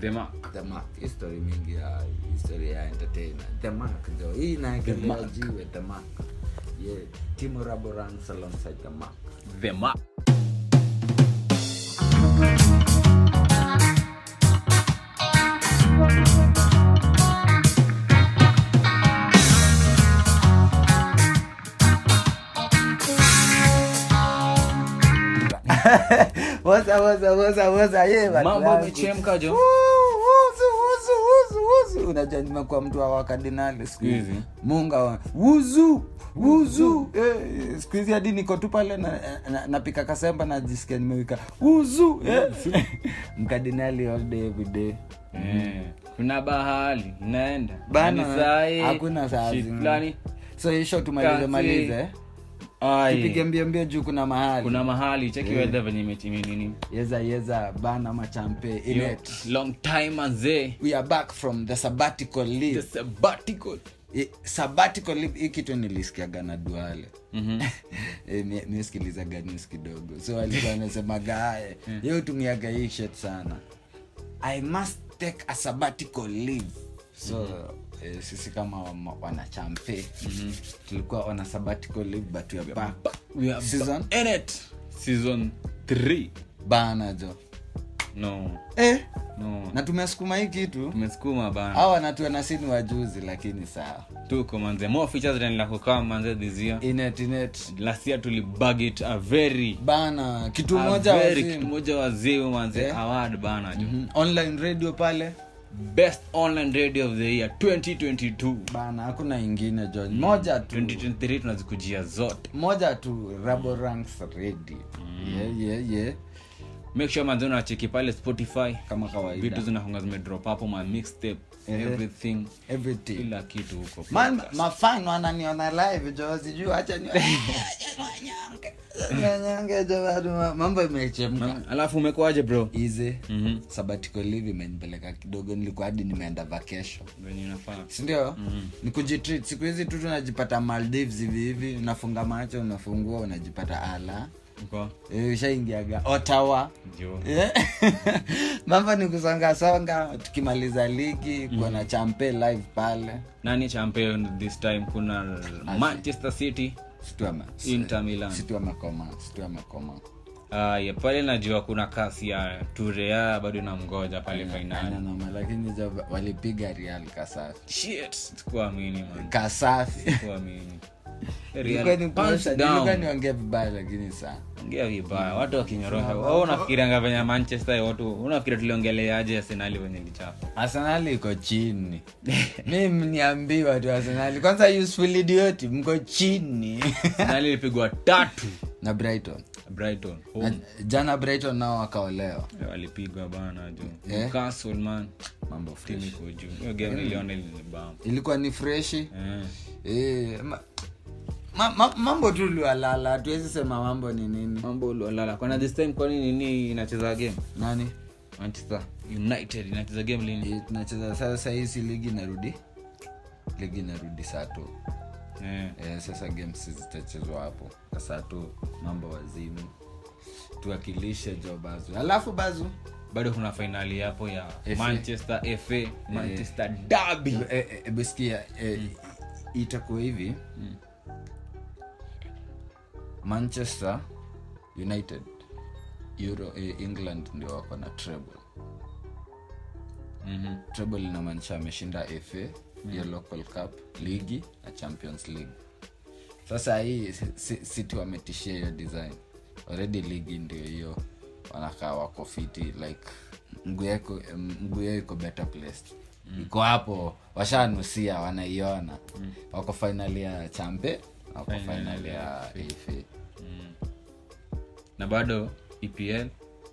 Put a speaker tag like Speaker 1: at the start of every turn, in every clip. Speaker 1: The Mark.
Speaker 2: the mark history mingi ya history ya entertainer the mark ndio hii naekelea
Speaker 1: Mark.
Speaker 2: jiwe the mark yeah timu rabo runs alongside the mark
Speaker 1: The Mark.
Speaker 2: woza woza woza woza ye watu
Speaker 1: Mambo
Speaker 2: wangu.
Speaker 1: yamechemka, Jo.
Speaker 2: Woo, wuzu, wuzu, wuzu, wuzu. unajua nimekuwa mtu wa wakardinali siku hizi
Speaker 1: Hizi.
Speaker 2: munga wa wuzu wuzu Eh, siku hizi hadi niko tu pale napika na, na napika kasemba najisikia nimewika wuzu eh. mkardinali all day every day
Speaker 1: Eh, kuna bahali inaenda
Speaker 2: Mm. bana
Speaker 1: Ni Yaani sahi,
Speaker 2: hakuna saa
Speaker 1: shit
Speaker 2: zingine.
Speaker 1: fulani.
Speaker 2: so hisho tumalize
Speaker 1: Kasi.
Speaker 2: malize eh?
Speaker 1: Ai,
Speaker 2: tupige mbio mbio juu kuna mahali
Speaker 1: kuna mahali cheki
Speaker 2: Eh.
Speaker 1: weather venye imetimini.
Speaker 2: yeza yeza bana machampe
Speaker 1: Yo,
Speaker 2: inet
Speaker 1: long time manze
Speaker 2: we are back from the sabbatical
Speaker 1: The
Speaker 2: leave
Speaker 1: sabbatical.
Speaker 2: I- sabbatical leave hii kitu nilisikiaga na duale
Speaker 1: Mhm.
Speaker 2: Eh, mi- mi sikilizaga news kidogo so alikuwa anasemaga aye
Speaker 1: Mm.
Speaker 2: ye utumiaga hii shet sana i must take a sabbatical leave so
Speaker 1: Mhm.
Speaker 2: eh, sisi kama wama- wanachampe tulikuwa on a sabbatical leave but we are back
Speaker 1: We are
Speaker 2: Season?
Speaker 1: ba- in it. Season 3.
Speaker 2: bana jo
Speaker 1: No.
Speaker 2: eh,
Speaker 1: No.
Speaker 2: na tumesukuma hii kitu
Speaker 1: Mm. Tumesukuma bana.
Speaker 2: hawa wanatuona sini wajuzi lakini sawa
Speaker 1: tuko manze more features than la kukaa manze this year
Speaker 2: inet inet
Speaker 1: last year tulibug it a very
Speaker 2: bana kitu
Speaker 1: a
Speaker 2: moja
Speaker 1: Ah, very
Speaker 2: wazimu.
Speaker 1: kitu moja wazee manze
Speaker 2: Eh.
Speaker 1: award bana jo
Speaker 2: Mhm. online radio pale
Speaker 1: best online radio of the year 2022
Speaker 2: bana hakuna ingine jo moja tu
Speaker 1: 2023 tunazikujia zote
Speaker 2: moja tu rabo ranks radio yeah, yeah, yeah.
Speaker 1: make sure manze unacheki pale spotify
Speaker 2: kama
Speaker 1: vitu
Speaker 2: kawaida
Speaker 1: zinakonga zimedrop hapo my mixtape
Speaker 2: Ehe.
Speaker 1: everything
Speaker 2: everything
Speaker 1: kila kitu huko
Speaker 2: Man- mafan wananiona live jo sijuu hacha ni- Wanyonge. Wanyonge jo bado ma- mambo imechemka
Speaker 1: Ma- alafu umekuaje bro
Speaker 2: izi
Speaker 1: Mhm.
Speaker 2: sabatiko live imenipeleka kidogo nilikuwa hadi nimeenda vacation
Speaker 1: venye Mhm. inafaa
Speaker 2: sindio
Speaker 1: Mm.
Speaker 2: ni kujitreat siku hizi tu tunajipata maldives hivi hivi unafunga macho unafungua unajipata ala
Speaker 1: uko
Speaker 2: Eh, ushaingiaga otawa
Speaker 1: jo
Speaker 2: Eh, mambo ni kusongasonga tukimaliza ligi kuona champe live pale
Speaker 1: nani champion this time kuna manchester city
Speaker 2: situama
Speaker 1: inter milan
Speaker 2: situamekoma situamekoma
Speaker 1: Aya, pale najua kuna kasi ya turea bado inamgoja pale fainali
Speaker 2: ananoma lakini jo walipiga real kasafi
Speaker 1: Shit, sikuamini man
Speaker 2: kasafi
Speaker 1: sikuamini
Speaker 2: Ilikuwa ni
Speaker 1: Real, punch
Speaker 2: kuosha, nilikuwa
Speaker 1: down.
Speaker 2: niongea vibaya lakini saa
Speaker 1: ongea vibaya watu wakinyorosha Wewe unafikirianga venye manchester watu unafikiri tuliongeleaje arsenali venye lichapa
Speaker 2: arsenali iko chini mi mniambiwa tu arsenali kwanza useful idiot mko chini
Speaker 1: arsenali ilipigwa tatu
Speaker 2: na brighton
Speaker 1: brighton
Speaker 2: na,
Speaker 1: home Eh,
Speaker 2: jana brighton nao wakaolewa
Speaker 1: walipigwa bana juu
Speaker 2: Eh?
Speaker 1: newcastle man
Speaker 2: mambo
Speaker 1: timu
Speaker 2: fresh
Speaker 1: iko juu hiyo game niliona ilinibamba
Speaker 2: ilikuwa ni freshi
Speaker 1: Eh.
Speaker 2: eh, ma, ma, ma, mambo tu liwalala hatuwezi sema mambo ni nini
Speaker 1: mambo ulolala kwana this time kwani nini inacheza game
Speaker 2: nani
Speaker 1: manchester united inacheza game lini
Speaker 2: Eh, tunacheza sasa hizi ligi narudi ligi narudi saa tu
Speaker 1: Eh,
Speaker 2: eh, sasa games zitachezwa hapo sasa tu mambo wazimu tuwakilishe jo bazu alafu bazu
Speaker 1: bado kuna fainali hapo ya manchester fa manchester derby
Speaker 2: e, e, besikia e, itakuwa hivi manchester united euro e, england ndio wako na treble
Speaker 1: Mhm.
Speaker 2: treble inamaanisha ameshinda fa ya local cup ligi na champions league sasa hii si- si- city wametishia hiyo design already ligi ndio hiyo wanakaa wako fiti like mguu yako- mguu yao iko better placed iko hapo washanusia wanaiona wako fainali ya champe wako fainali ya afa
Speaker 1: Mm. na bado E epl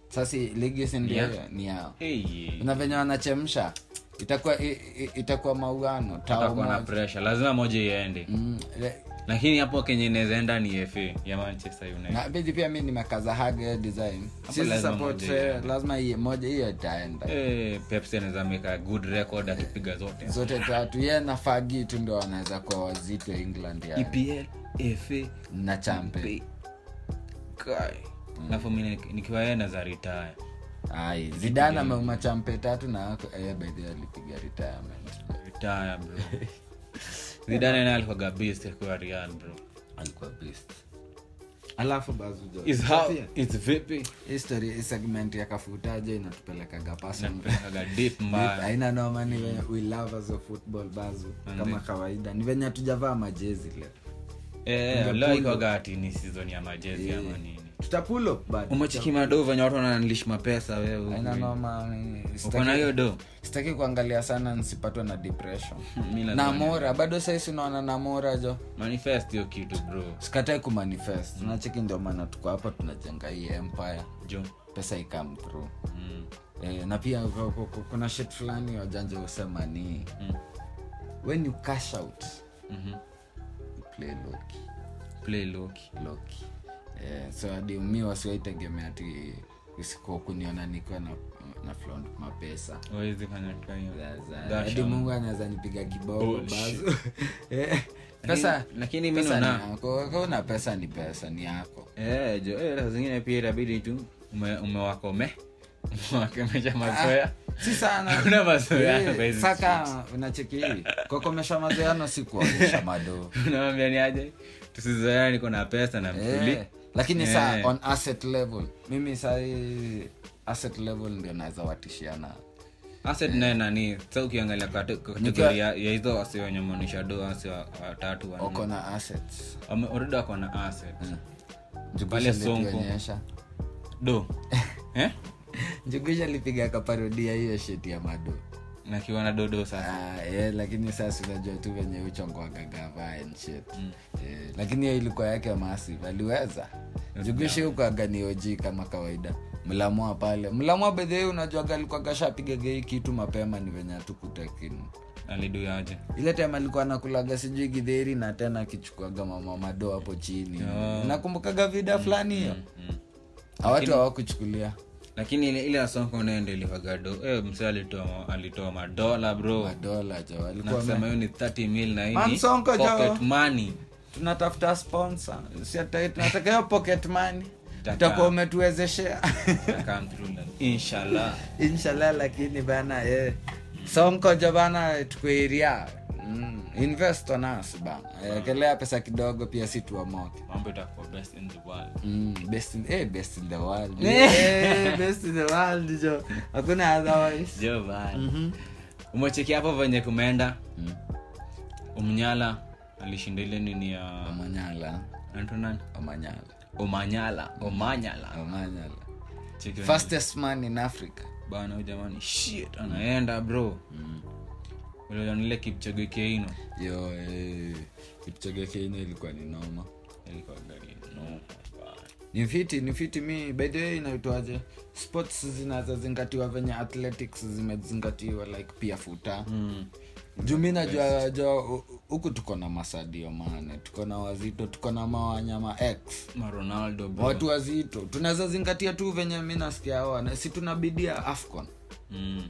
Speaker 2: sasa hii ligi si ndio hiyo? ni yao
Speaker 1: Hey,
Speaker 2: na venye wanachemsha itakuwa i- i- itakuwa mauano tao
Speaker 1: watakuwa na
Speaker 2: moja.
Speaker 1: pressure lazima moja iende
Speaker 2: Mm, le-
Speaker 1: lakini hapo kenye inawezaenda ni fa ya manchester united
Speaker 2: na bidi pia mi nimekaza haga hiyo eh, design Sisi
Speaker 1: Eh. lazima
Speaker 2: support,
Speaker 1: moja
Speaker 2: eh, lazima iye moja hiyo itaenda
Speaker 1: Eh, pepsi anaweza meka good record akipiga zote
Speaker 2: zote tatu ye na fagi tu ndo wanaweza kuwa wazito england ya
Speaker 1: epl fa
Speaker 2: na champe Mm.
Speaker 1: alafu mi nikiwaenda za retire
Speaker 2: ai zidan ameuma champe tatu na eh, baidhi alipiga retirement
Speaker 1: Retire, bro. zidane naye alikuwaga beast akiwa real bro
Speaker 2: alikuwa best
Speaker 3: alafu bazujo
Speaker 1: is how is vipi
Speaker 2: history hii segment ya kafutaje inatupelekaga person
Speaker 1: Inanipelekaga deep mbaya
Speaker 2: aina noma ni venye we lovers of football bazu kama kawaida ni venye hatujavaa majezi leo
Speaker 1: Eh, leo ikawaga ati ni season ya majezi ama nini
Speaker 3: tutapulo bado
Speaker 1: umechiki madoo venye watu wananilish mapesa
Speaker 2: aina
Speaker 1: wewe
Speaker 2: noma ni-
Speaker 1: uko na hiyo do
Speaker 2: sitaki kuangalia sana nisipatwe na depression
Speaker 1: Hmm, mi lazima
Speaker 2: namora bado saisi unaona namora jo Mm.
Speaker 1: manifest hiyo kitu bro
Speaker 2: sikatae kumanifest tunacheki ndio maana tuko hapa tunajenga hii empire
Speaker 1: jo
Speaker 2: pesa ikam through
Speaker 1: mm.
Speaker 2: eh, na pia ku- ku- ku- kuna shit fulani wajanja husema ni
Speaker 1: Mm.
Speaker 2: when you cash out
Speaker 1: Mhm.
Speaker 2: you play loki
Speaker 1: play loki
Speaker 2: loki eh, so hadi mi wasiwaitegemea ati usikuwa kuniona nikiwa na, na flaunt mapesa
Speaker 1: wawezi fanya kitu hiyo
Speaker 2: Za- za-
Speaker 1: Dasha.
Speaker 2: hadi mungu anaweza nipiga
Speaker 1: Oh,
Speaker 2: kiboko
Speaker 1: Bullshit.
Speaker 2: bazu Eh, pesa
Speaker 1: lakini mi
Speaker 2: pesa ni
Speaker 1: naona
Speaker 2: yako Kama una pesa ni pesa ni yako
Speaker 1: Eh, jo eh, saa zingine pia itabidi tu ume- umewakome umewakemesha mazoea
Speaker 2: si sana
Speaker 1: Hakuna mazoea
Speaker 2: Eh,
Speaker 1: kwa hizi
Speaker 2: saka unacheki hii. kukomesha mazoeano si kuonyesha madoo
Speaker 1: unawambia ni aje tusizoea niko na pesa na mtuli
Speaker 2: Eh, lakini
Speaker 1: Eh.
Speaker 2: saa on asset level mimi sahii asset level ndio naweza watishiana
Speaker 1: asset naye nani sa ukiangalia kate- kategoria ya ya hizo wasi wenye wameonyesha do wasi wa- watatu wanne.
Speaker 2: wako na assets
Speaker 1: Wame- already wako na asset Pale
Speaker 2: njugusha
Speaker 1: Sonko.
Speaker 2: lituonyesha
Speaker 1: do eh?
Speaker 2: njugusha lipiga kaparodia hiyo sheti ya mado
Speaker 1: nakiwa na dodo sasa
Speaker 2: Ah, eh, lakini sasa unajua tu venye uchongwagagava and shit eh, lakini hiyo ilikuwa yake masi aliweza jugushi hukuaganioji kama kawaida mlamua pale mlamua bedhei unajuaga alikuwaga shapigaga hii kitu mapema ni venye hatukutakinu
Speaker 1: aliduyaje
Speaker 2: ile time alikuwa anakulaga sijui gidheri na tena akichukuaga mama mado hapo chini nakumbukaga vida fulani hiyo
Speaker 1: mm.
Speaker 2: awatu hawakuchukulia
Speaker 1: lakini ile ile asonko nayo ndio ilivaga do eh, mse alitoa alitoa madola bro
Speaker 2: madola jo alikuwa
Speaker 1: Oh. nasema hiyo ni 30 mil na hii ni
Speaker 2: Mansonko, Joe.
Speaker 1: pocket money
Speaker 2: tunatafuta sponsor Si hata- tunataka hiyo pocket money
Speaker 1: Taka.
Speaker 2: utakuwa umetuwezeshea
Speaker 1: Ita come through like, inshallah
Speaker 2: inshallah lakini bana eh. sonkojo bana tukuiria mm. invest on us bana ekelea pesa kidogo pia si tuamoke
Speaker 1: mambo itakuwa best in the world
Speaker 2: Mm, best in, eh, best in the world Eh, best in the world jo hakuna otherwise
Speaker 1: jo bana
Speaker 2: Mm-hmm.
Speaker 1: umecheki hapo venye kumeenda
Speaker 2: Mm.
Speaker 1: umnyala alishinda ile nini ya
Speaker 2: omanyala
Speaker 1: anaitwa nani
Speaker 2: omanyala
Speaker 1: omanyala omanyala
Speaker 2: omanyala
Speaker 1: cheki venye-
Speaker 2: fastest man in africa
Speaker 1: bana huyu jamani shit anaenda bro
Speaker 2: mm.
Speaker 1: ulionile kipchoge keino
Speaker 2: yo eh, kipchoge kenya ilikuwa ni noma
Speaker 1: ilikuwa gari no bana.
Speaker 2: ni fiti ni fiti mi by the way inaitwaje sports zinazozingatiwa venye athletics zimezingatiwa like pia futa
Speaker 1: Mm.
Speaker 2: juu mi najua jua hu- huku tuko na masadio mane tuko na wazito tuko na mawanyama x
Speaker 1: maronaldo bro
Speaker 2: watu wazito tunaweza zingatia tu venye mi nasikia hao na- si tunabidia afcon
Speaker 1: mm.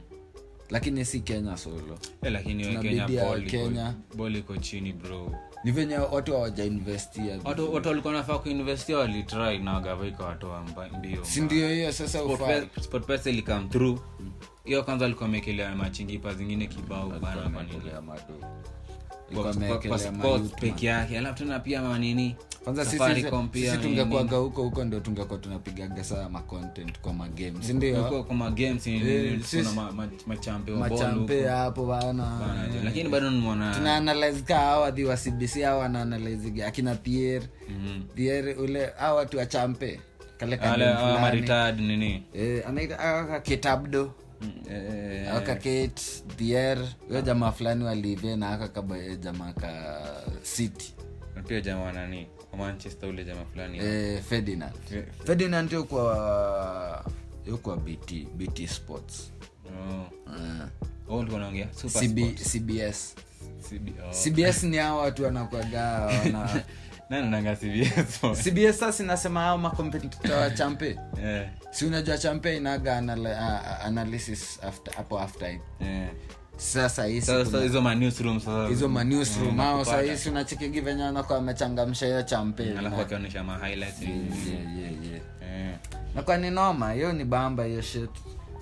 Speaker 2: lakini si kenya solo
Speaker 1: Eh, lakini we
Speaker 2: Tunabidi
Speaker 1: kenya
Speaker 2: ya
Speaker 1: ball iko-
Speaker 2: Kenya.
Speaker 1: ball iko chini bro
Speaker 2: ni venye watu hawajainvestia
Speaker 1: watu watu walikuwa nafaa kuinvestia walitry na wagavaika watoa mba- mbio
Speaker 2: sindio hiyo sasa ufa
Speaker 1: sportpesa ilikam through hiyo kwanza alikuwa amekelea machingipa zingine kibao bana kwa nini? Kwa-
Speaker 2: Ilikuwa
Speaker 1: kwa- kwa
Speaker 2: imewekelea
Speaker 1: sports
Speaker 2: mayut,
Speaker 1: peke yake alafu tena pia manini
Speaker 2: kwanza sisi-
Speaker 1: Safaricom pia
Speaker 2: sisi
Speaker 1: ni
Speaker 2: tungekuaga huko huko ndio tungekuwa tunapigaga saa macontent kwa magame sindio
Speaker 1: Huko kwa magames ni-
Speaker 2: Eh,
Speaker 1: ni-
Speaker 2: sisi-
Speaker 1: kuna ma- ma- machampe wa ball
Speaker 2: machampe hapo
Speaker 1: huko.
Speaker 2: bana
Speaker 1: Bana, lakini bado nimwona
Speaker 2: tunaanalyze ka hawa wadhi wa cbc hawa wanaanalyze akina thier
Speaker 1: Mhm.
Speaker 2: thier ule hawa watu wa champe kale
Speaker 1: wale
Speaker 2: kadem
Speaker 1: hawa
Speaker 2: fulani.
Speaker 1: retired nini
Speaker 2: Eh, anaita hawa ka ketabdo
Speaker 1: Eh,
Speaker 2: aka kate thier huyo jamaa fulani walive na aka kaba eh, jamaa ka city
Speaker 1: na pia jamaa nani wa manchester ule jamaa fulani
Speaker 2: eh, ferdinand
Speaker 1: Fe-
Speaker 2: ferdinand yokwa yokwa bt bt sports
Speaker 1: Oh.
Speaker 2: Eh,
Speaker 1: Oh, ulikuwa unaongea Super
Speaker 2: CB
Speaker 1: Sport.
Speaker 2: cbs
Speaker 1: CB oh.
Speaker 2: cbs ni hao watu wanakwaga wana
Speaker 1: Nani anaanga CBS Sport?
Speaker 2: cbs sasa inasema hao makompetita wa champe
Speaker 1: Eh,
Speaker 2: si unajua champe inaga anal- a- a- analysis after, hapo half time
Speaker 1: eh.
Speaker 2: sasa hii
Speaker 1: Sasa-
Speaker 2: siku-
Speaker 1: sasa hizo ma newsroom sasa
Speaker 2: hizo manewsroom
Speaker 1: Mm,
Speaker 2: ao
Speaker 1: nakupata.
Speaker 2: sahisi unachikigi venye anakuwa amechangamsha hiyo champagne.
Speaker 1: alafu akionyesha ma highlights
Speaker 2: Yeah, yeah, yeah.
Speaker 1: Eh.
Speaker 2: na kwa ni noma hiyo ni bamba hiyo shit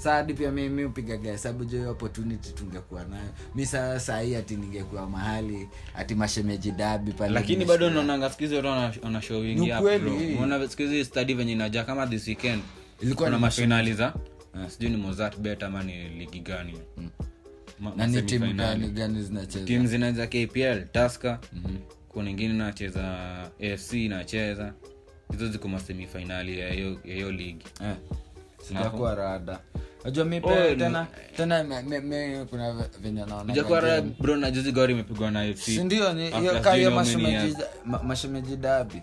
Speaker 2: Saa hadi pia mi mi hupigaga hesabu jo hiyo opportunity tungekuwa nayo mi saa sahii ati ningekuwa mahali ati mashemeji dabi pale
Speaker 1: lakini
Speaker 2: nimeshinda.
Speaker 1: bado naonanga siku hizi watu wana- wana show wingi
Speaker 2: Ni
Speaker 1: up,
Speaker 2: ukweli,
Speaker 1: bro.
Speaker 2: eh.
Speaker 1: Unaona siku hizi study venye inajaa kama this weekend
Speaker 2: Ilikuwa
Speaker 1: kuna
Speaker 2: ni
Speaker 1: mafinali za eh, sijui ni mozart bet ama ni ligi gani Ma-
Speaker 2: Mm. na ni timu
Speaker 1: semifinali.
Speaker 2: gani Mm-hmm. gani zinacheza
Speaker 1: timu zinaweza kpl taska kuna ingine inacheza afc inacheza hizo ziko masemifainali ya hiyo ya hiyo ligi
Speaker 2: Eh, sijakuwa rada najua mi pia
Speaker 1: Oh, ni-
Speaker 2: tena tena me, me, me, kuna ve- venye naona
Speaker 1: jakuara bro na juzi gori imepigwa na afc
Speaker 2: sindio ni
Speaker 1: After
Speaker 2: hiyo ka
Speaker 1: sijui
Speaker 2: hiyo
Speaker 1: how many years.
Speaker 2: mashemeji ma- mashemeji dabi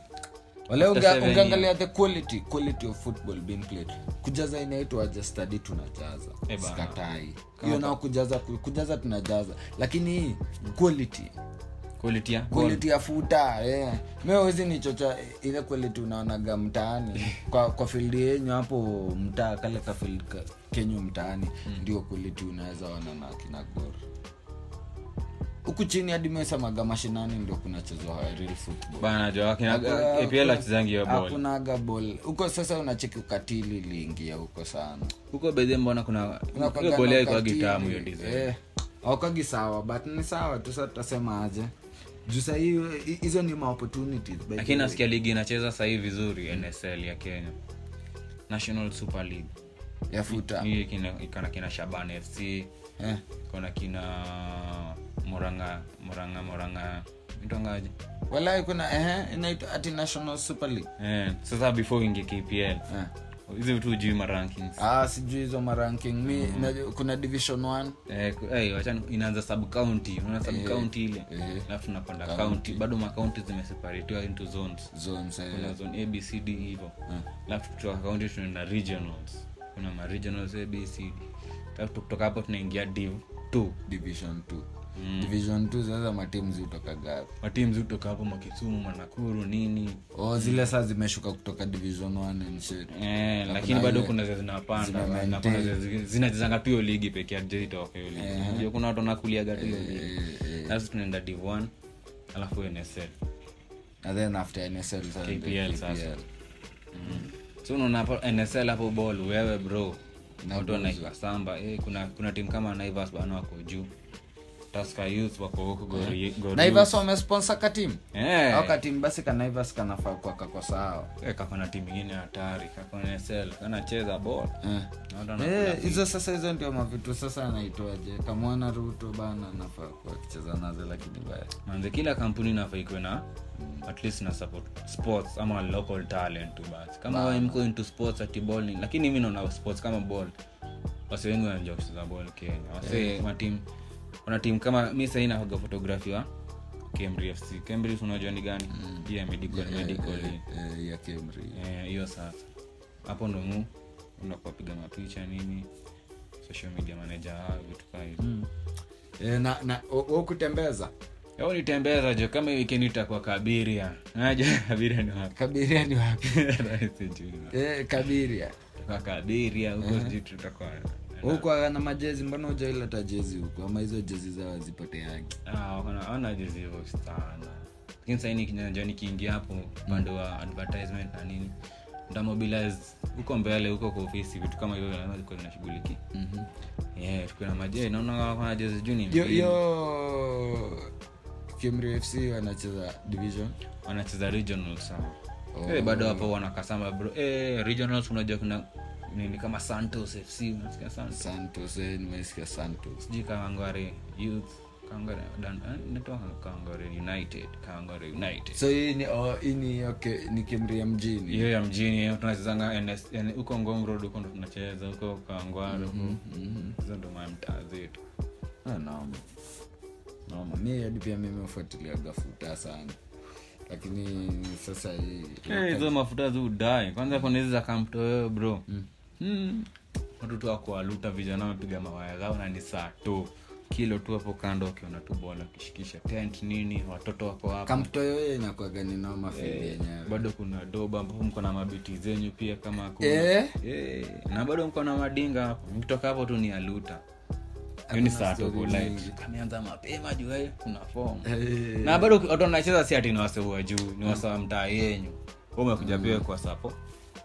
Speaker 2: wale
Speaker 1: After
Speaker 2: unge-
Speaker 1: seven
Speaker 2: ungeangalia the quality quality of football being played kujaza inaitwa aje study tunajaza
Speaker 1: Eh bana.
Speaker 2: sikatai hiyo nao kujaza ku- kujaza tunajaza lakini hii quality
Speaker 1: quality ya goal.
Speaker 2: quality ya futa yeah. mewezi nichocha eh, ile quality unaonaga mtaani kwa, kwa field yenyu hapo mtaa kale ka field ka, kenyu mtaani ndio quality unaweza ona na kina gor huku chini hadi mesamaga mashinani ndio kunachezwa real football
Speaker 1: bana jo akina apl achezangi hiyo ball
Speaker 2: hakunaga ball huko sasa unacheki ukatili iliingia huko sana
Speaker 1: huko bedhe mbona kuna
Speaker 2: Unakuwaga
Speaker 1: hiyo
Speaker 2: na
Speaker 1: ball yao ikuwa
Speaker 2: ukatili.
Speaker 1: gitamu hiyo design
Speaker 2: Eh, haukagi sawa but ni sawa tu sasa tutasema aje
Speaker 3: juu sahii hizo ni ma opportunities by the
Speaker 2: eh,
Speaker 1: lakini
Speaker 3: way.
Speaker 1: nasikia ligi inacheza sahii vizuri nsl ya kenya national super league
Speaker 2: ya futa
Speaker 1: hii kina- ikona kina shaban fc
Speaker 2: eh.
Speaker 1: kona kina moranga moranga moranga mtongaji
Speaker 2: walai kuna ehe, inaitwa ati national super league
Speaker 1: eh, sasa before ingie kpl
Speaker 2: eh.
Speaker 1: hizi vitu hujui ma rankings
Speaker 2: ah, sijui hizo maranking mi
Speaker 1: Mm.
Speaker 2: na- kuna division one
Speaker 1: eh, ku- eh, wachana- inaanza sub county unaona sub county ile
Speaker 2: eh.
Speaker 1: alafu napanda county bado ma county zimeseparatiwa into zones
Speaker 2: zones eh.
Speaker 1: kuna zone abcd hivo alafu E kutoka county tunaenda regionals kuna ma regionals abcd alafu kutoka hapo tunaingia div 2
Speaker 2: division two
Speaker 1: Mm.
Speaker 2: division two zinaweza matimu zitoka gapi
Speaker 1: matimu zikutoka hapo makisumu manakuru nini
Speaker 2: o Oh, zile saa zimeshuka kutoka division one and shit
Speaker 1: Eh, lakini bado kuna ze zinapanda na kuna ze zi- zinachezanga tu hiyo ligi peke yake jezi itoka hiyo ligi Unajua kuna watu wanakuliaga tu hiyo ligi sasa tunaenda div 1 alafu nsl
Speaker 2: and then after nsl sasa ndio
Speaker 1: KPL
Speaker 2: KPL.
Speaker 1: sasa. so unaona hapo nsl hapo ball wewe bro watu wanaika samba eh, kuna, kuna timu kama naivas bana wako juu taska youth wako huko gori, gori
Speaker 2: naivas wamesponsor katimu
Speaker 1: eh,
Speaker 2: au katimu basi kanaivas kanafaa kuwa kako sawa
Speaker 1: eh, kakona timu ingine hatari kakona nsl kanacheza ball
Speaker 2: Eh.
Speaker 1: Na watu
Speaker 2: Eh,
Speaker 1: wanakula
Speaker 2: hizo sasa hizo ndio mavitu sasa anaitoaje kamwana ruto bana anafaa kuwa akicheza nazo lakini baya
Speaker 1: manze kila kampuni inafaa ikuwe na at least na support sports ama local talent tu basi kama wewe mko into sports ati ball ni- lakini mi naona sports kama ball wasi wengi wanajua kucheza ball kenya wasi matim kuna timu kama mi sahii nahoga fotografi wa kmrfc kmrf unajua ni gani pia medical medical hii.
Speaker 2: eh, ya kemri
Speaker 1: Eh, hiyo sasa hapo ndo mu unakuwapiga mapicha nini social media manager hao vitu kaa hizo
Speaker 2: Eh, na na wakutembeza
Speaker 1: au nitembeza jo kama hii weekend itakuwa kabiria naja kabiria ni wapi
Speaker 2: kabiria ni wapi
Speaker 1: Sijui.
Speaker 2: eh, kabiria
Speaker 1: Tutakuwa kabiria
Speaker 2: Mhm.
Speaker 1: huko sijui tutakuwa
Speaker 2: huko ana majezi mbona ujaileta jezi huko ama hizo jezi zao zipoteagi
Speaker 1: Ah, wakona- hawana jezi hivyo sana lakini sahii nikinajua nikiingia hapo upande wa advertisement na nini ntamobilize huko mbele huko kwa ofisi vitu kama hivyo lazima zikuwe zinashughulikia Yeah, tukuwe na maje naona wakona jezi juu ni
Speaker 2: yo
Speaker 1: mbili.
Speaker 2: yo kemri fc wanacheza division
Speaker 1: wanacheza regional sana
Speaker 2: Oh.
Speaker 1: Eh, bado hapo wanakasamba bro Eh, regionals unajua kuna nini kama santos fc unasikia santos
Speaker 2: santos eh, nimesikia santos
Speaker 1: sijui kangare youth kangare dan- eh, inaitwa kangare united kangare united
Speaker 2: so hii ni oh, hii ni okay, ni kemri ya mjini
Speaker 1: hiyo ya mjini hiyo tunachezanga NS yani huko ngong road huko ndo tunacheza huko kangware huko hizo ndo mamtaa zetu
Speaker 2: Ah, naoma naoma mi hadi pia mimi hufuatiliaga futa sana lakini sasa hii
Speaker 1: Eh, hizo mafuta zi udai kwanza kuna hizi za kamto wewe bro Hmm. watoto wakuwaluta vijana wamepiga mawaya zao na ni saa tu kilo tu hapo kando ukiona tu bola kishikisha tent nini watoto wako hapo
Speaker 2: kamtoyoyo inakuaga ni noma
Speaker 1: Eh.
Speaker 2: fili yenyewe
Speaker 1: bado kuna doba ambapo mko na mabiti zenyu pia kama kuna
Speaker 2: Eh?
Speaker 1: Eh, na bado mko na madinga hapo mkitoka hapo tu ni aluta hiyo ni saa tuko light kameanza mapema juu eh, kuna form na bado watu wanacheza si ati ni wasewa juu ni wasewa mtaa yenyu Wewe
Speaker 2: Mm.
Speaker 1: umekuja pia kwa sapo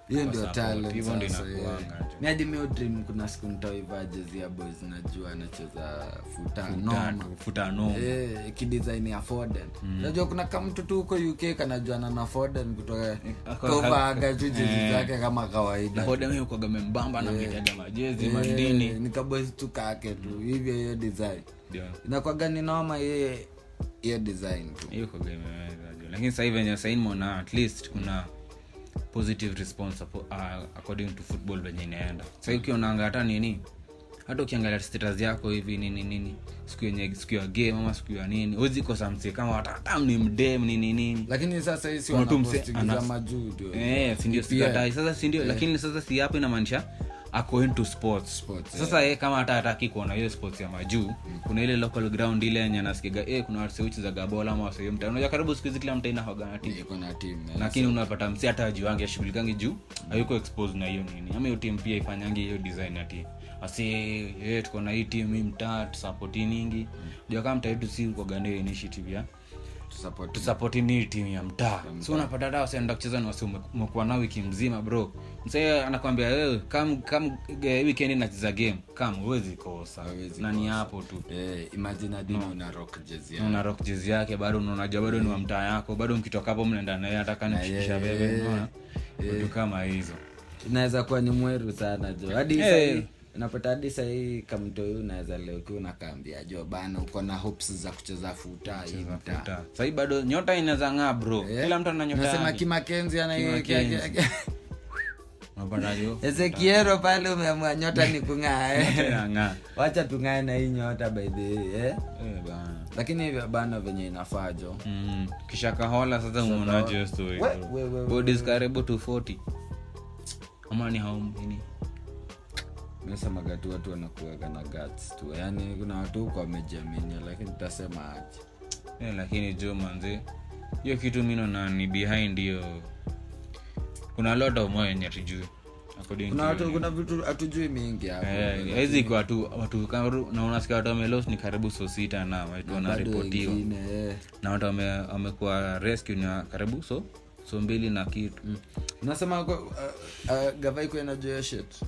Speaker 2: hiyo
Speaker 1: Kwa
Speaker 2: ndio eh.
Speaker 1: support, hivyo ndio inakuanga tu.
Speaker 2: talentmiadimiodrim kuna siku nitaivaa jezi ya boys najua anacheza futa noma
Speaker 1: Tatu, futa noma
Speaker 2: Eh, kidesign ya foden
Speaker 1: Mm.
Speaker 2: najua kuna kamtu tu huko uk kanajuana na foden kutoka
Speaker 1: Eh, Ako- Eh.
Speaker 2: kovaaga tu jezi zake kama kawaida
Speaker 1: nahodamkwaga membamba nametaga majezi
Speaker 2: Eh,
Speaker 1: mandini
Speaker 2: ni kaboys tu kake tu hivyo hiyo design
Speaker 1: Ndio.
Speaker 2: inakwaga ni noma yeye hiyo design tu
Speaker 1: hiyo kwaga imeweza juu. lakini sahii venye sahii mona at least kuna positive response apo- ah, according to football venye inaenda sahii ukionanga hata nini hata ukiangalia status yako hivi nini nini siku yenye siku ya game ama siku ya nini huwezi kosa msee kama watatam ni mdem nini nini
Speaker 2: lakini sasa hisi
Speaker 1: Kuna tu mse-
Speaker 2: wanapostigiza
Speaker 1: ana-
Speaker 2: majuu tu
Speaker 1: Eh, si ndio,
Speaker 2: EPL.
Speaker 1: sikatai. sasa si ndio lakini sasa si hapo inamaanisha ako into sports.
Speaker 2: Sports,
Speaker 1: sasa yeye kama hata hataki kuona hiyo sports ya majuu kuna ile local ground ile yenye anasikiga eh, kuna waseuchi za gabola ama waseu mtaa unajua karibu siku hizi kila mtaa inahoga
Speaker 2: iko na timu eh.
Speaker 1: lakini unapata msi hata ajuange ashughulikangi juu hayuko exposed na hiyo nini ama hiyo timu pia ifanyangi hiyo design ati asi ye tuko na hii timu hii mtaa tusapoti ningi jua kama mtaa yetu si kuagania initiative ya
Speaker 2: Tusupport.
Speaker 1: tusapoti ni timu ya mtaa so unapata hata wasienda kucheza na wasi umekuwa nao wiki mzima bro msee anakwambia wewe kam kam eh, weekend nacheza game kam huwezi kosa
Speaker 2: Huwezi
Speaker 1: na ni hapo tu
Speaker 2: Eh, imagine
Speaker 1: Mm.
Speaker 2: adini una rock jezi yako.
Speaker 1: una rock jezi yake bado unajua bado ni wa mtaa yako bado mkitokapo mnaenda naye hata kanikushikisha
Speaker 2: yeye,
Speaker 1: bebe unaona vitu kama hizo
Speaker 2: inaweza kuwa ni mweru sana jo hadi
Speaker 1: Eh.
Speaker 2: sahii unapata hadi sahii kamto huyu unaweza leo ukiwa unakaambia jo bana uko na hopes za kucheza futa hii mtaa
Speaker 1: Mtaa. sahii bado nyota inaweza ng'aa bro
Speaker 2: Eh,
Speaker 1: kila mtu ana nyota
Speaker 2: unasema
Speaker 1: yake.
Speaker 2: kimakenzi
Speaker 1: Kimakenzi. Unapata hiyo?
Speaker 2: ezekiero pale umeamua nyota ni kung'aa
Speaker 1: Nyota
Speaker 2: eh.
Speaker 1: inang'aa.
Speaker 2: wacha tung'ae na hii nyota by the way eh.
Speaker 1: Eh, bana
Speaker 2: lakini hivyo bana venye inafaa jo
Speaker 1: Mm, kisha kahola sasa umeonaje hiyo story
Speaker 2: We-
Speaker 1: bro?
Speaker 2: we- we- we-
Speaker 1: Bodies karibu to 40 ama ni home nini
Speaker 2: mesemaga tu watu wanakuaga na guts tu yaani kuna watu huko wamejiaminia lakini tutasema aje
Speaker 1: Eh, lakini jo manzi hiyo kitu mi naona ni behind hiyo kuna lot of moyo yenye tujui
Speaker 2: kuna watu kuna vitu hatujui mingi hapo
Speaker 1: Eh, haizi kwa watu watu karu- na unasikia watu wamelos ni karibu so sita na watu
Speaker 2: Bado
Speaker 1: wanaripotiwa
Speaker 2: wengine, eh.
Speaker 1: na watu wame- wamekuwa rescue ni wa- karibu so so mbili na kitu
Speaker 2: nasema kwa- uh, uh, gavai kuenajua shit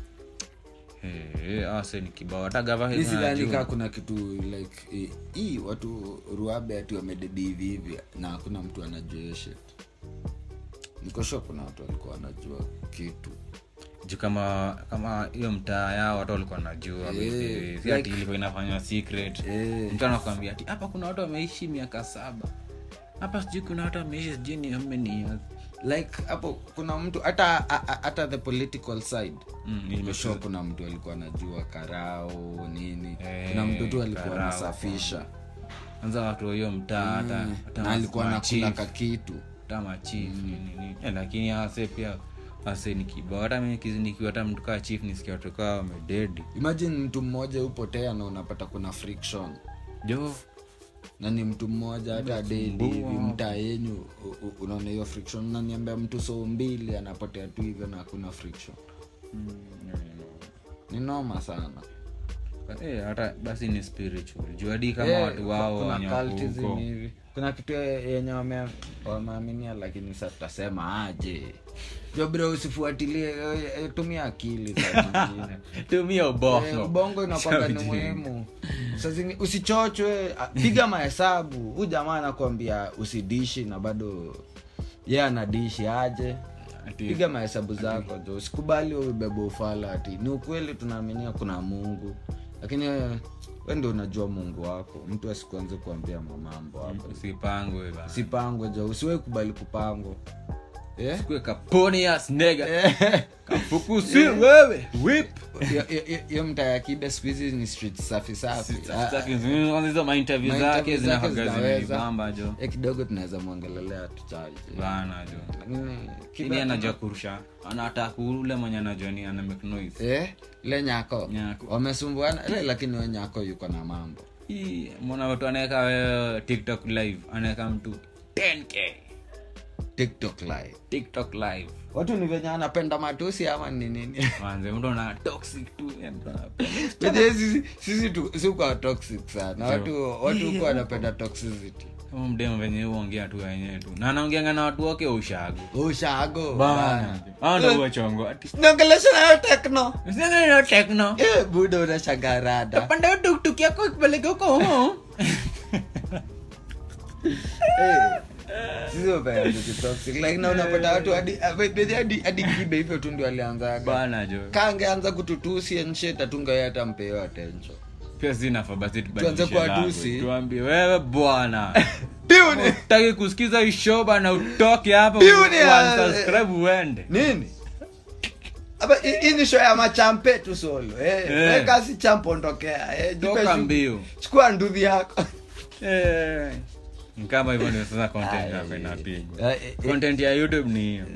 Speaker 1: Eh, ase ni kibao hata gava
Speaker 2: mi sidhani kaa kuna kitu like eh, hii watu ruabe ati wamededi hivi hivi na hakuna mtu anajua shit nikosho kuna watu walikuwa wanajua kitu
Speaker 1: juu kama kama hiyo mtaa yao watu walikuwa najua
Speaker 2: Eh,
Speaker 1: si ati ilikuwa inafanywa secret
Speaker 2: Eh.
Speaker 1: mtu anakwambia ati hapa kuna watu wameishi miaka saba hapa sijui kuna watu wameishi sijui ni how many years."
Speaker 2: like hapo kuna mtu hata a- a- hata the political side
Speaker 1: Mm, ilikuwa-
Speaker 2: sho kuna mtu alikuwa anajua karao nini
Speaker 1: Eh,
Speaker 2: kuna mtu tu alikuwa
Speaker 1: karao,
Speaker 2: anasafisha
Speaker 1: anza watu wa hiyo mtaa hata hata
Speaker 2: na alikuwa
Speaker 1: machief,
Speaker 2: anakula kakitu
Speaker 1: hata machief, nini, nini. Eh, lakini ase pia ase ni kibao hata mi nikizi- nikiwa hata mtu kaa chief nisikia watu kaa wamededi
Speaker 2: imagine mtu mmoja upotea na unapata kuna friction
Speaker 1: jo
Speaker 2: na ni mtu mmoja hata dedi hivi mtaa yenyu u- u- unaona hiyo friction naniambia mtu soo mbili anapotea tu hivyo na hakuna friction
Speaker 1: Mm,
Speaker 2: ni noma sana
Speaker 1: Eh, hata basi ni spiritual juu hadi kama
Speaker 2: Eh,
Speaker 1: watu wao
Speaker 2: kuna
Speaker 1: wenye wako
Speaker 2: cultism
Speaker 1: huko.
Speaker 2: hivi. kuna kitu yenye wame- wameaminia lakini sa tutasema aje jobra usifuatilie eh, eh, tumia akili saa zingine.
Speaker 1: tumia
Speaker 2: Eh,
Speaker 1: ubongo
Speaker 2: ubongo inakwanga ni muhimu sazini usichochwe a- piga mahesabu huu jamaa anakuambia usidishi na bado ye anadishi aje
Speaker 1: Ati-
Speaker 2: piga mahesabu zako jo usikubali ubebe ufala ati ni ukweli tunaaminia kuna mungu lakini eh, we ndio unajua mungu wako mtu asikuanze kuambia mamambo
Speaker 1: Mm.
Speaker 2: hapo
Speaker 1: usipangwe bana.
Speaker 2: usipangwe jo usiwai kubali kupangwa eh?
Speaker 1: Usikuwe kaponi ya snega kapukusi
Speaker 2: Eh.
Speaker 1: wewe whip
Speaker 2: Yo- yo- yo- yo mtaa ya kibe siku hizi ni street safi safi Ah,
Speaker 1: Sitaki zingine, hizo mainterview
Speaker 2: Mainterview
Speaker 1: zake
Speaker 2: zake
Speaker 1: zinahaga
Speaker 2: zinaweza.
Speaker 1: zimenibamba jo
Speaker 2: Eh, kidogo tunaweza mwongelelea tuchaje
Speaker 1: bana jo
Speaker 2: lakini
Speaker 1: ini anajua kurusha anataka ule mwenye anajua ni ana make noise
Speaker 2: eh, le nyako
Speaker 1: Nyako.
Speaker 2: wamesumbuana le lakini we nyako yuko na mambo
Speaker 1: eh, Hii, mbona watu anaweka wewe tiktok live anaweka mtu 10k
Speaker 2: tiktok live
Speaker 1: tiktok live
Speaker 2: watu ni venye anapenda matusi ama ni nini
Speaker 1: manze mtu ana toxic tu Yaani, yani mtu ana-
Speaker 2: Wenyewe sisi sisi tu- si kwa toxic sana watu watu huko wanapenda toxicity
Speaker 1: kama mdemo venye huongea tu wenyewe tu na anaongeanga na watu wake wa ushago
Speaker 2: Oh, ushago
Speaker 1: bana Hao ndio huwa chongo ati
Speaker 2: naongelesha nayo tekno
Speaker 1: usiangalie na tekno
Speaker 2: Eh, buda unashangarada
Speaker 1: panda hiyo Eh, tuktuk yako ikupeleke huko humo
Speaker 2: Eh, sisi wapenda vitu toxic like na unapata watu hadi hadi- hadi hadi kibe hivyo tu ndio alianzaga
Speaker 1: bana jo
Speaker 2: kangeanza kututusia nshe tatunga yeye hata mpeo atensho
Speaker 1: pia si nafaa basi
Speaker 2: Tuanze
Speaker 1: tubadilishe langu.
Speaker 2: kuwatusi.
Speaker 1: tuambie wewe bwana
Speaker 2: Tune!
Speaker 1: taki kusikiza ishoba na utoke hapa
Speaker 2: Beauty, eh,
Speaker 1: unsubscribe uende
Speaker 2: nini Aba, hi- hii ni show ya machampe tu solo eh,
Speaker 1: Eh.
Speaker 2: weka si champ ondokea eh, jipe
Speaker 1: Toka
Speaker 2: shu-
Speaker 1: mbio.
Speaker 2: chukua ndudhi yako
Speaker 1: Eh, ni kama hivyo ndio sasa
Speaker 2: Ai.
Speaker 1: content yako
Speaker 2: Ai,
Speaker 1: inapigwa
Speaker 2: ai.
Speaker 1: content ya youtube ni hiyo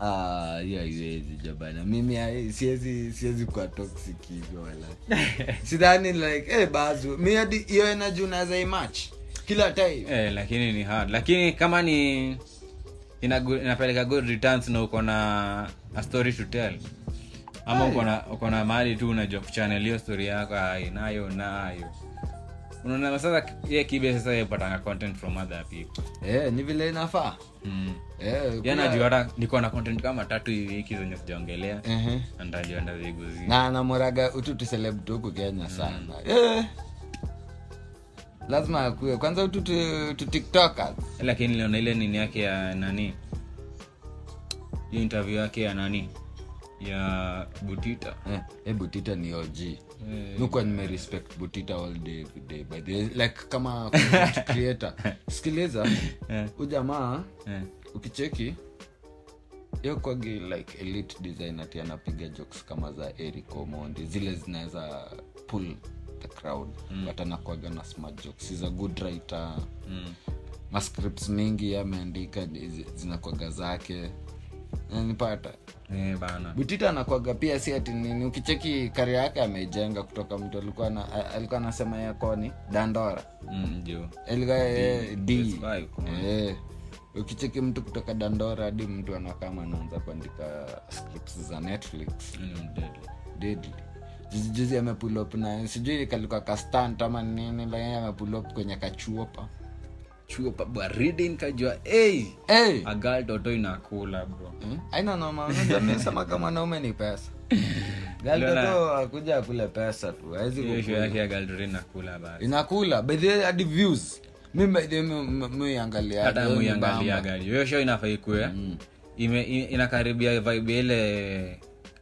Speaker 2: Ah, hiyo haiwezi jabana mimi hai- siwezi siwezi kuwa toxic hivyo wala sidhani like eh, bazu mi hadi hiyo energy unaweza imatch kila time
Speaker 1: eh, lakini ni hard lakini kama ni ina good- inapeleka good returns na uko na a story to tell ama uko na- uko na mahali tu unajua kuchannel hiyo story yako ai, nayo nayo unaona sasa ye kibe sasa yeye hupatanga content from other people
Speaker 2: eh, ni vile inafaa
Speaker 1: mm.
Speaker 2: eh,
Speaker 1: Yeye
Speaker 2: kuna-
Speaker 1: anajua hata niko na content kama tatu hivi wiki zenye sijaongelea
Speaker 2: Ehe.
Speaker 1: na nitaliona viguzi
Speaker 2: na anamoraga ututu celeb tu huku kenya sana eh. lazima akue kwanza ututu tutiktoka
Speaker 1: lakini niliona ile nini yake ya nani hiyo interview yake ya nani ya butita
Speaker 2: eh, eh, butita ni og nikuwa nimerespect butita all day every day by the way, like kama content creator sikiliza
Speaker 1: Eh.
Speaker 2: ujamaa
Speaker 1: eh.
Speaker 2: ukicheki hiyo kwagi like elite designer ti anapiga jokes kama za eric omondi zile zinaweza pull the crowd mm. but anakuaga na smart jokes is a good writer
Speaker 1: Mm.
Speaker 2: mascripts mingi ye ameandika zi- zinakuaga zake nanipata
Speaker 1: Eh, bana
Speaker 2: butita anakwaga pia si ati nini ukicheki kari yake ameijenga kutoka mtu alikuwa na, a- alikuwa anasema yakoni dandora
Speaker 1: Mm, jo
Speaker 2: Ilikuwa, eh, D.
Speaker 1: That's five,
Speaker 2: Eh. ukicheki mtu kutoka dandora hadi mtu anakama anaanza kuandika scripts za netflix
Speaker 1: Huyu ni mdede.
Speaker 2: deadly Juzi- juzi amepulop na sijui kalikuwa kastant ama nini lakini amepulop kwenye kachuopa
Speaker 1: chuo pa baridi nikajua hey,
Speaker 2: hey!
Speaker 1: agal toto inakula bro
Speaker 2: Hmm? aina noma unajua mimi sema kama mwanaume ni pesa
Speaker 1: Ndio na-
Speaker 2: galdoto akuja akule pesa tu hawezi
Speaker 1: hiyo show
Speaker 2: kukula.
Speaker 1: yake ya gal toto inakula basi
Speaker 2: inakula by the way, hadi views mi by the way, mi- mi- mi angalia,
Speaker 1: hata
Speaker 2: hiyo ni
Speaker 1: muiangalia
Speaker 2: bamba.
Speaker 1: gari hiyo show inafaa ikue
Speaker 2: Mm.
Speaker 1: ime i- inakaribia vibe ya ile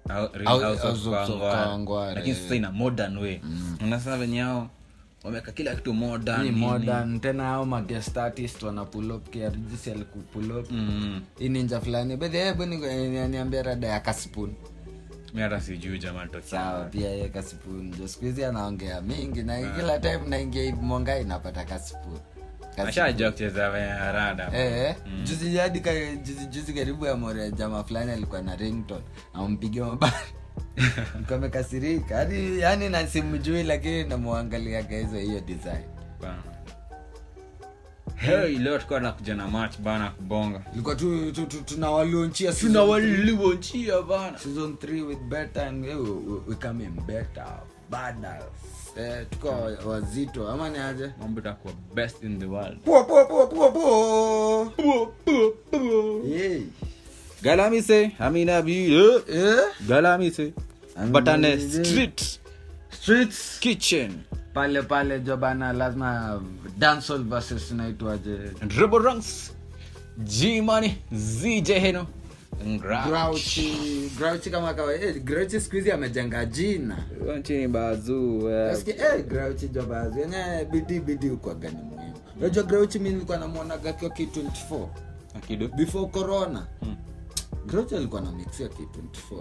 Speaker 1: Hou- Real
Speaker 2: House-
Speaker 1: House of
Speaker 2: House of
Speaker 1: Kangware.
Speaker 2: Kangware. Mm.
Speaker 1: lakini sasa ina modern way unasema venye ao wameka kila kitu modern
Speaker 2: Ni
Speaker 1: nini.
Speaker 2: modern tena ao magest artist wana pull up krgc alikupulop
Speaker 1: Mm.
Speaker 2: hii ninja fulani by the way, hebu ni- eh, niambie rada ya kasipun
Speaker 1: mi hata sijui jamaa
Speaker 2: sawa pia ye kasipun jo siku hizi anaongea mingi
Speaker 1: Ah.
Speaker 2: na kila time naingia monga inapata kasipun
Speaker 1: ashajua kucheza venye harada
Speaker 2: Eh, juzi jadi ka- juzi juzi karibu ya morea jamaa fulani alikuwa na rington ampiga mabari Nilikuwa nimekasirika hadi yani nasimjui lakini namwangalia hizo hiyo design
Speaker 1: Bana. Hey, leo tukuwa nakuja na match bana kubonga
Speaker 2: ilikuwa tu, tu, tu, tunawalonchia
Speaker 1: tunawaliwonchia bana
Speaker 2: season 3 with better and eh, we, we, we come in better badass eh, tuko wa- wazito ama ni aje
Speaker 1: mambo itakuwa best in the world
Speaker 2: Puo, puo, puo, puo, puo. Yay.
Speaker 1: galamise aminabi
Speaker 2: Eh?
Speaker 1: galamise
Speaker 2: Amina
Speaker 1: batane
Speaker 2: Bibi.
Speaker 1: street
Speaker 2: Streets.
Speaker 1: kitchen
Speaker 2: pale pale jobana lazima dancehall versus inaitwaje
Speaker 1: Rebel Ranks, G-Money, ZJ Heno, Ngra-
Speaker 2: grauchi grauchi kama kawa eh, grauchi siku hizi amejenga jina Nasikia, eh, grauchi jobazi yenye bidii bidii ukwagani muhimu unajua grauchi mi nilikuwa namwonaga akiwa k24
Speaker 1: Akido.
Speaker 2: before corona
Speaker 1: Hmm.
Speaker 2: grauchi alikuwa na mixia k24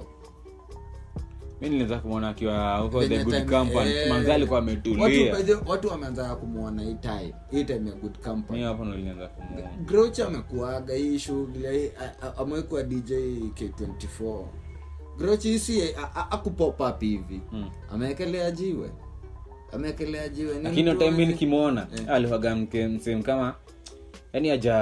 Speaker 1: mi niliweza kumwona akiwa huko
Speaker 2: Venye
Speaker 1: the good
Speaker 2: time-
Speaker 1: company
Speaker 2: eh,
Speaker 1: manzi alikuwa
Speaker 2: watu-
Speaker 1: ametulia
Speaker 2: by the way, watu wameanza kumwona hii time hii time ya good company
Speaker 1: mi hapo ndo nilianza kumwona
Speaker 2: groch amekuaga hii shughuli amewekwa dj k24 groch hisi akupopap hivi
Speaker 1: Mm.
Speaker 2: ameekelea jiwe ameekelea jiwe Ni
Speaker 1: lakini
Speaker 2: mtu
Speaker 1: time mi
Speaker 2: mwenye-
Speaker 1: nikimwona aliwaga mke msehemu kama yani aja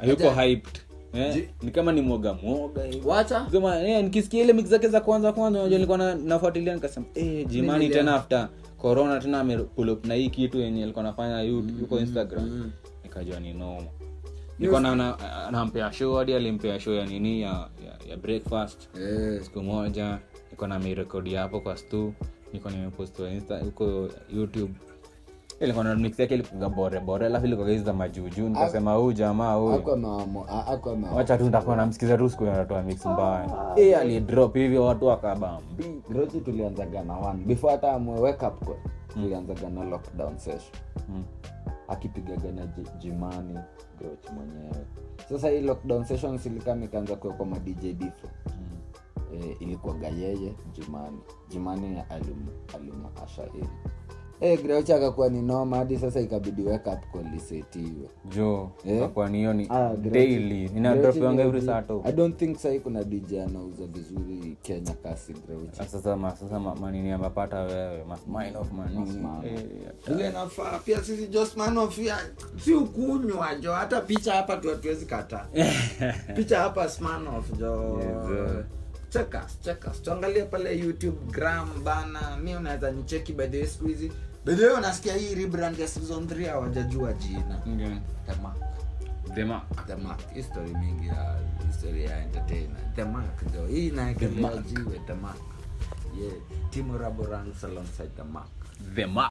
Speaker 1: ayuko
Speaker 2: Aja-
Speaker 1: hyped Eh,
Speaker 3: Je-
Speaker 1: ni kama ni mwoga mwoga hivi.
Speaker 2: wacha
Speaker 1: Sema, eh, nikisikia ile miki zake za kwanza kwanza unajua nilikuwa na- nafuatilia nikasema eh, jimani tena after corona tena amepull up na hii kitu yenye alikuwa anafanya yu- yuko instagram nikajua ni noma nilikuwa na- na- anampea show hadi alimpea show ya nini ya, ya, ya breakfast
Speaker 3: Eh,
Speaker 1: siku moja niko na mirekodi hapo kwa stu niko nimepostiwa insta huko youtube ilikuwa na mix yake ilikuwa bore bore alafu ilikuwa hizi za majuujuu nikasema huyu jamaa huyu
Speaker 3: ako na mo- a- ako na-
Speaker 1: wacha tu nitakuwa namsikiza tu siku hiyo anatoa mix
Speaker 2: Ah,
Speaker 1: mbaya e alidrop hivi watu wakabamba
Speaker 2: roji tulianzaga na one before hata ameweka up kwa tulianzaga na lockdown session
Speaker 1: Mm.
Speaker 2: akipigaga na ji- jimani groch mwenyewe sasa hii lockdown session silikama ikaanza kuwekwa ma dj difo e, ilikuwaga yeye jimani jimani alim- alimakashairi e, groch akakuwa ni noma hadi sasa ikabidi weka up call isetiwe
Speaker 1: jo
Speaker 2: Eh?
Speaker 1: kwa niyo ni
Speaker 2: Ah, great.
Speaker 1: daily inadropiwanga every saa tu
Speaker 2: i don't think sahii kuna dj anauza vizuri kenya kasi groch
Speaker 1: Ah, sasa ma- sasa ma- manini amepata wewe mas- mind of manini
Speaker 2: Mas-
Speaker 1: Eh,
Speaker 3: ile nafaa pia sisi josmanofia si ukunywa jo hata picha hapa tu hatuwezi kataa picha hapa smanof jo chekas chekas tuangalie pale youtube gram bana mi unaweza nicheki by the way siku hizi by the way unasikia hii rebrand ya season 3 hawajajua jina
Speaker 1: Okay.
Speaker 3: Tamak.
Speaker 1: Dema.
Speaker 3: Tamak. Hii story mingi ya story ya entertainment Tamak, jo hii inaekelewa jiwe Tamak. yeah. timo raborans alongside Tamak.
Speaker 1: Dema.